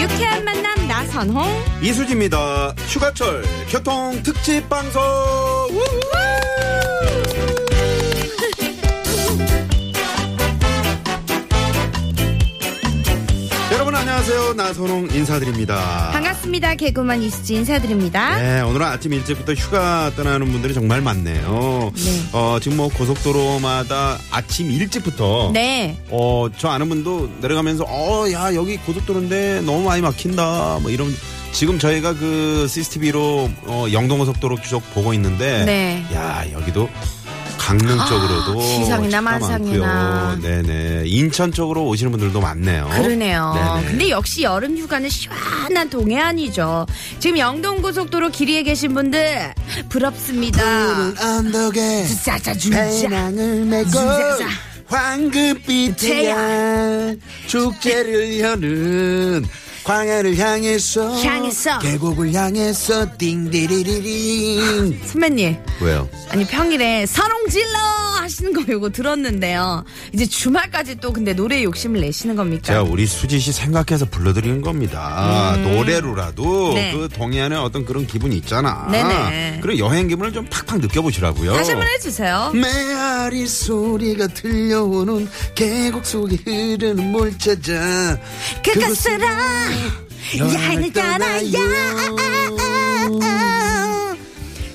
유쾌한 만남 나선홍 이수지입니다. 휴가철 교통 특집 방송. 우후! 여러분 안녕하세요. 나선홍 인사드립니다. 반갑습니다 개그맨 이수지 인사드립니다 네, 오늘은 아침 일찍부터 휴가 떠나는 분들이 정말 많네요. 네. 어, 지금 뭐 고속도로마다 아침 일찍부터 네 어, 저 아는 분도 내려가면서, 어, 야, 여기 고속도로인데 너무 많이 막힌다. 뭐 이런. 지금 저희가 그 CCTV로 어, 영동고속도로 쭉 보고 있는데, 네. 야, 여기도 강릉 쪽으로도 세상에나 차가 만상에나. 많고요. 네네. 인천 쪽으로 오시는 분들도 많네요. 그러네요. 어? 네네. 근데 역시 여름 휴가는 시원한 동해안이죠. 지금 영동고속도로 길이에 계신 분들 부럽습니다. 언덕에 짜자 준자. 메고 진짜. 황금빛이야 축제를 여는 광야를 향해서 향해서. 계곡을 향해서 띵디리리링 선배님, 왜요? 아니 평일에 사롱질러 하시는 거 요거 들었는데요. 이제 주말까지 또 근데 노래 욕심을 내시는 겁니까? 제가 우리 수지 씨 생각해서 불러드리는 겁니다. 노래로라도 음. 네. 그 동해안에 어떤 그런 기분이 있잖아. 네네. 그런 여행 기분을 좀 팍팍 느껴보시라고요. 다시 한번 해주세요. 메아리 소리가 들려오는 계곡 속에 흐르는 물 찾아 그것으로 여행을 여행을 떠나요. 떠나요.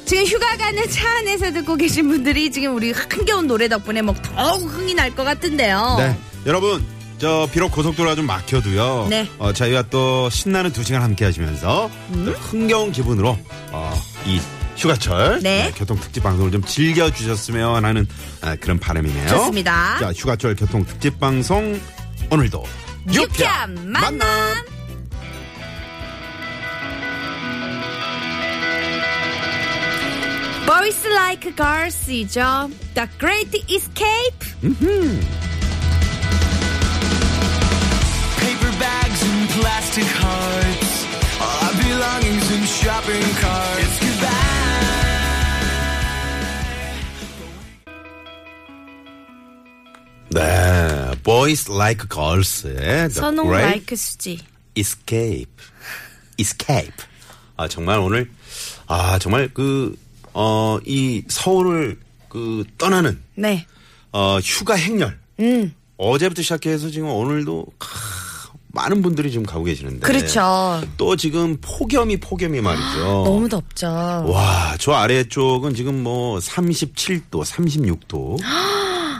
지금 휴가 가는 차 안에서 듣고 계신 분들이 지금 우리 흥겨운 노래 덕분에 막 더욱 흥이 날 것 같은데요. 네. 여러분, 저 비록 고속도로가 좀 막혀도요. 네. 어, 저희가 또 신나는 두 시간 함께 하시면서 음. 또 흥겨운 기분으로 어, 이 휴가철 네. 교통 특집 방송을 좀 즐겨 주셨으면 하는 아, 그런 바람이네요. 좋습니다. 자, 휴가철 교통 특집 방송 오늘도 유쾌한 만남. Boys Like Girls이죠. The Great Escape. paper bags and plastic hearts. All our belongings and shopping carts. It's goodbye. 네. Boys Like Girls의 The 선홍 Great 라이크 수지. escape, escape. 아 정말 오늘 아 정말 그어이 서울을 그 떠나는 네. 어 휴가 행렬. 음. 어제부터 시작해서 지금 오늘도 캬, 많은 분들이 지금 가고 계시는데. 그렇죠. 또 지금 폭염이 폭염이 말이죠. 너무 덥죠. 와, 저 아래쪽은 지금 뭐 37도, 36도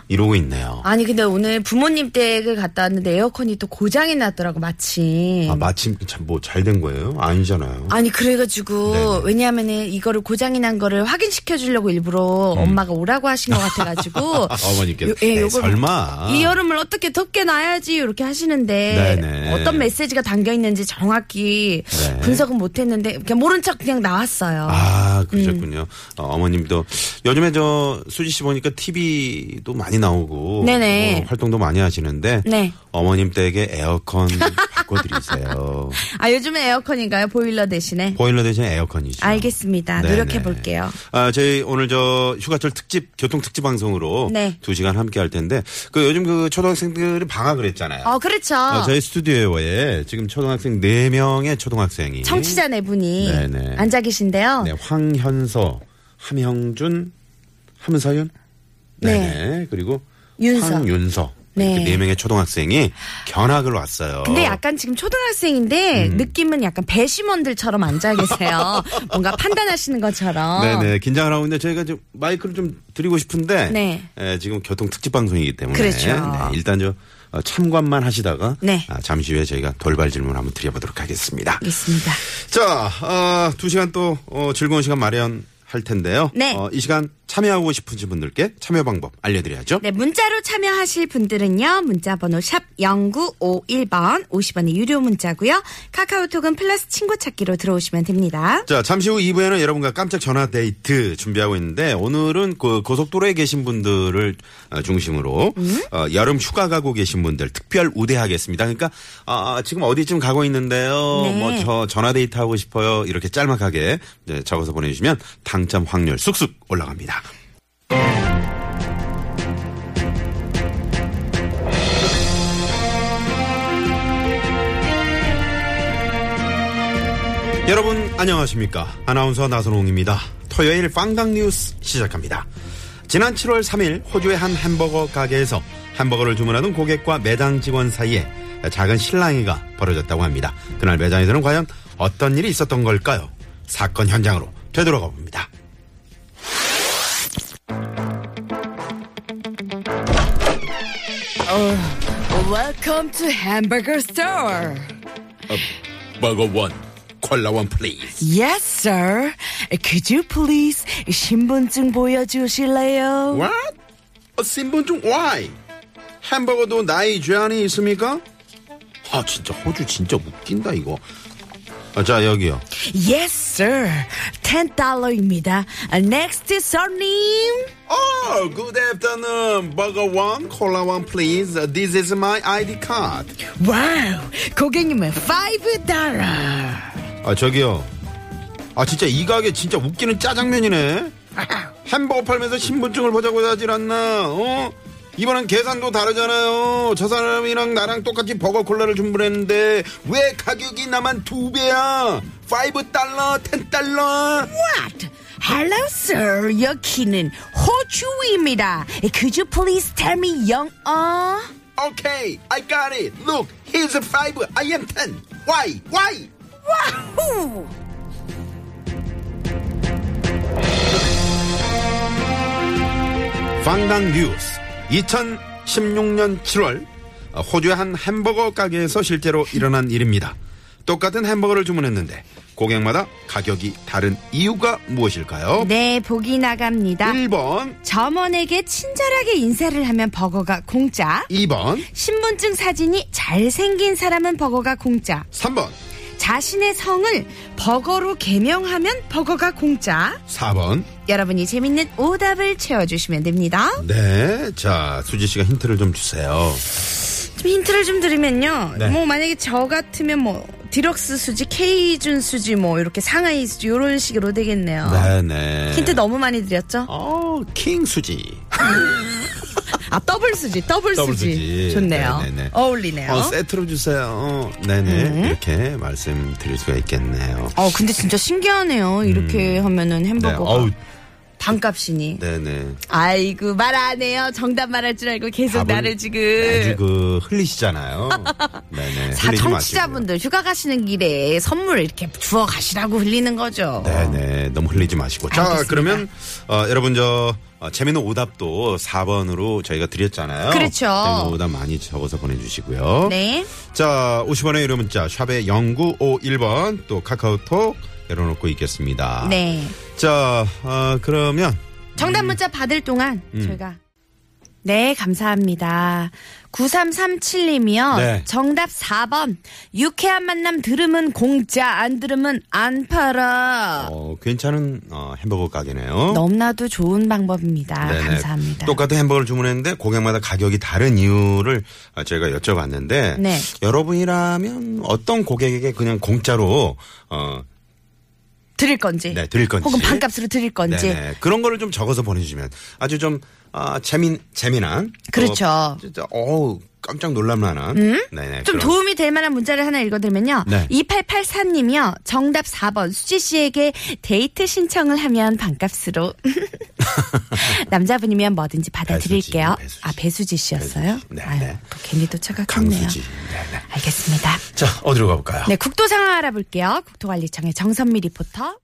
이러고 있네요. 아니 근데 오늘 부모님 댁을 갔다 왔는데 에어컨이 또 고장이 났더라고 마침. 아, 마침 참 뭐 잘 된 거예요? 아니잖아요. 예. 아니 그래가지고 네네. 왜냐하면은 이거를 고장이 난 거를 확인시켜 주려고 일부러 엄마가 오라고 하신 것 같아가지고 음. 어머니께서, 에이, 요걸 설마. 이 여름을 어떻게 덥게 놔야지 이렇게 하시는데 네네. 어떤 메시지가 담겨 있는지 정확히 네. 분석은 못했는데 그냥 모른 척 그냥 나왔어요. 아, 그러셨군요. 음. 어, 머님도 요즘에 저 수지 씨 보니까 TV도 많이 나오고 네네. 어, 활동도 많이 하시는데 네. 어머님 댁에 에어컨 바꿔드리세요. 아 요즘은 에어컨인가요 보일러 대신에? 보일러 대신 에어컨이죠. 알겠습니다. 그렇죠. 네네. 노력해 볼게요. 아, 저희 오늘 저 휴가철 특집 교통 특집 방송으로 네. 두 시간 함께 할 텐데 그 요즘 그 초등학생들이 방학을 했잖아요. 어 그렇죠. 어, 저희 스튜디오에 지금 초등학생 네 명의 초등학생이 청취자 네 분이 네네. 앉아 계신데요. 네, 황현서, 함형준, 함서윤, 네네 그리고 윤서. 황윤서 네. 이렇게 네 명의 초등학생이 견학을 왔어요. 음. 근데 약간 지금 초등학생인데 느낌은 약간 배심원들처럼 앉아 계세요. 뭔가 판단하시는 것처럼. 네네 긴장을 하고 있는데 저희가 지금 마이크를 좀 드리고 싶은데 네. 에, 지금 교통 특집 방송이기 때문에 그렇죠. 네, 일단 저 어, 참관만 하시다가 네. 아, 잠시 후에 저희가 돌발 질문 한번 드려보도록 하겠습니다. 아, 알겠습니다. 자, 어, 두 시간 또 어, 즐거운 시간 마련할 텐데요. 네. 어, 이 시간 참여하고 싶으신 분들께 참여 방법 알려드려야죠. 네, 문자로 참여하실 분들은요. 문자 번호 샵 0951번 50원의 유료 문자고요. 카카오톡은 플러스 친구 찾기로 들어오시면 됩니다. 자, 잠시 후 2부에는 여러분과 깜짝 전화 데이트 준비하고 있는데 오늘은 그 고속도로에 계신 분들을 어, 중심으로 음? 어, 여름 휴가 가고 계신 분들 특별 우대하겠습니다. 그러니까 아, 아, 지금 어디쯤 가고 있는데요. 네. 뭐 저 전화 데이트 하고 싶어요. 이렇게 짤막하게 네, 적어서 보내주시면 당첨 확률 쑥쑥 올라갑니다. 여러분 안녕하십니까 아나운서 나선홍입니다 토요일 빵당 뉴스 시작합니다 지난 7월 3일 호주의 한 햄버거 가게에서 햄버거를 주문하는 고객과 매장 직원 사이에 작은 실랑이가 벌어졌다고 합니다 그날 매장에서는 과연 어떤 일이 있었던 걸까요 사건 현장으로 되돌아가 봅니다 Welcome to Hamburger Store. 버거 원 콜라 원 플리즈 Yes, sir. Could you please 신분증 보여주실래요? What? 어, 신분증 why? 햄버거도 나이 제한이 있습니까? 아 진짜 호주 진짜 웃긴다 이거 아, 자 여기요 Yes, sir. 10 달러입니다. Next, 손님. Oh, good afternoon. Burger one, cola one, please. Uh, This is my ID card. 와우, 고객님은 5 달러. 아, 저기요. 아, 진짜 이 가게 진짜 웃기는 짜장면이네. 햄버거 팔면서 신분증을 보자고 하질 않나, 어? 이번엔 계산도 다르잖아요. 저 사람이랑 나랑 똑같이 버거 콜라를 주문했는데 왜 가격이 나만 두 배야? 5달러, 10달러. What? Hello, sir. 여기는 호주입니다. Could you please tell me uh? 영어? Okay, I got it. Look, he's a 5, I am 10. Why? Why? 와우! 방당 뉴스 2016년 7월 호주의 한 햄버거 가게에서 실제로 일어난 일입니다. 똑같은 햄버거를 주문했는데 고객마다 가격이 다른 이유가 무엇일까요? 네, 보기 나갑니다. 1번, 점원에게 친절하게 인사를 하면 버거가 공짜. 2번, 신분증 사진이 잘생긴 사람은 버거가 공짜. 3번, 자신의 성을 버거로 개명하면 버거가 공짜. 4번. 여러분이 재밌는 오답을 채워주시면 됩니다. 네. 자, 수지 씨가 힌트를 좀 주세요. 좀 힌트를 좀 드리면요. 네. 뭐 만약에 저 같으면 뭐 디럭스 수지, 케이준 수지 뭐 이렇게 상하이 수지 이런 식으로 되겠네요. 네네. 아. 힌트 너무 많이 드렸죠? 어, 킹 수지. 아 더블 수지, 더블, 수지. 수지. 좋네요. 네네네. 어울리네요. 어, 세트로 주세요. 어, 네네. 이렇게 말씀드릴 수가 있겠네요. 어, 근데 진짜 신기하네요. 이렇게 하면은 햄버거가 음. 네, 어우, 반값이니. 네네. 아이고 말 안 해요. 정답 말할 줄 알고 계속 답을 나를 지금. 아주 그 흘리시잖아요. 네네. 네. 자, 흘리지 청취자분들 휴가 가시는 길에 선물 이렇게 주워 가시라고 흘리는 거죠. 마시고요. 네네. 너무 흘리지 마시고. 자, 알겠습니다. 그러면 어, 여러분 저 어, 재미있는 오답도 4번으로 저희가 드렸잖아요. 그렇죠. 재미있는 오답 많이 적어서 보내주시고요. 네. 자, 50원의 유료 문자 샵에 0951번 또 카카오톡 열어놓고 있겠습니다. 네. 자, 아, 그러면 정답 음. 문자 받을 동안 저희가 네, 감사합니다. 9337님이요. 네. 정답 4번. 유쾌한 만남 들으면 공짜, 안 들으면 안 팔아. 어, 괜찮은 어, 햄버거 가게네요. 너무나도 좋은 방법입니다. 네네. 아, 감사합니다. 똑같은 햄버거를 주문했는데 고객마다 가격이 다른 이유를 아, 저희가 여쭤봤는데 네. 여러분이라면 어떤 고객에게 그냥 공짜로 어, 드릴 건지. 네, 드릴 건지. 혹은 반값으로 드릴 건지. 네네. 그런 거를 좀 적어서 보내주시면 아주 좀 아, 재민 재미난 그렇죠. 음? 또 진짜 어우 깜짝 놀랄만한 네네 좀 그런- 도움이 될 만한 문자를 하나 읽어드리면요. 그렇죠. 네. 2884님이요. 정답 4번. 수지 씨에게 데이트 신청을 하면 반값으로. 남자분이면 뭐든지 받아드릴게요. 배수지, 배수지. 아, 배수지 씨였어요? 배수지. 네, 아유, 네. 또 괜히 또 차갑겠네요. 강수지 네네. 알겠습니다. 자 어디로 가볼까요? 네, 국도 상황 알아볼게요. 국토관리청의 정선미 리포터.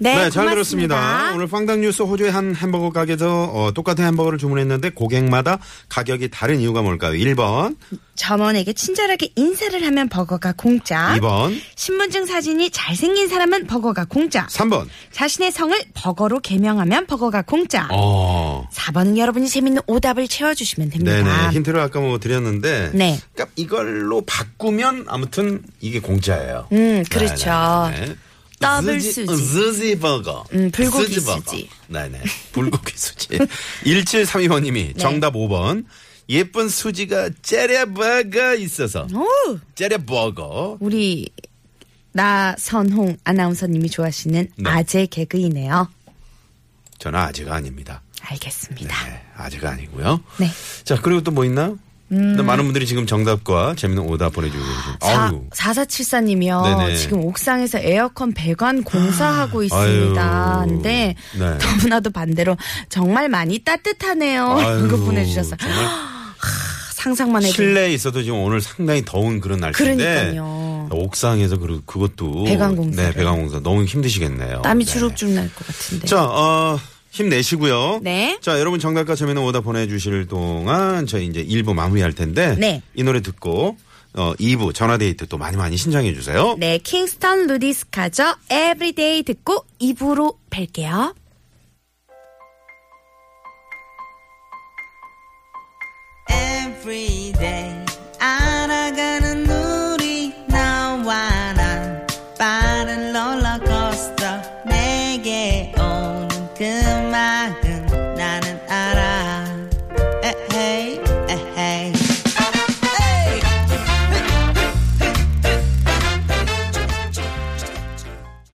네, 잘 고맙습니다. 들었습니다. 오늘 빵당뉴스 호주의 한 햄버거 가게에서 어, 똑같은 햄버거를 주문했는데 고객마다 가격이 다른 이유가 뭘까요? 1번, 점원에게 친절하게 인사를 하면 버거가 공짜. 2번, 신분증 사진이 잘생긴 사람은 버거가 공짜. 3번. 자신의 성을 버거로 개명하면 버거가 공짜. 어. 4번은 여러분이 재밌는 오답을 채워주시면 됩니다. 네네 힌트를 아까 뭐 드렸는데 네. 그러니까 이걸로 바꾸면 아무튼 이게 공짜예요. 음, 그렇죠. 네네네. 더블 스지- 수지. 스지 버거. 음, 불고기 스지버거. 수지. 네네. 불고기 수지. 네. 1732번님이 정답 5번. 예쁜 수지가 째려버거 있어서. 오, 째려버거. 우리 나선홍 아나운서님이 좋아하시는 네. 아재 개그이네요. 저는 아재가 아닙니다. 알겠습니다. 네, 아재가 아니고요. 네. 음. 자 그리고 또 뭐 있나요? 근데 많은 분들이 지금 정답과 재밌는 오답 보내주고 계십니다. 사, 네. 아유. 4474님이요. 네네. 지금 옥상에서 에어컨 배관 공사하고 있습니다. 아유. 근데 네. 너무나도 반대로 정말 많이 따뜻하네요. 아유, 어, 이거 아, 보내주셔서 정말 상상만 해도 실내에 있어도 지금 오늘 상당히 더운 그런 날씨인데 네. 그러니까요. 옥상에서 그 그것도 배관 공사를. 네, 배관 공사 너무 힘드시겠네요. 땀이 네. 주룩주룩 날 것 같은데. 자, 어, 힘내시고요. 네. 자, 여러분 정답과 재미는 오다 보내주실 동안 저희 이제 1부 마무리할 텐데 네. 이 노래 듣고 어, 2부 전화데이트 또 많이 많이 신청해 주세요. 네, 킹스턴 루디스카죠. 에브리데이 듣고 2부로 뵐게요. every 그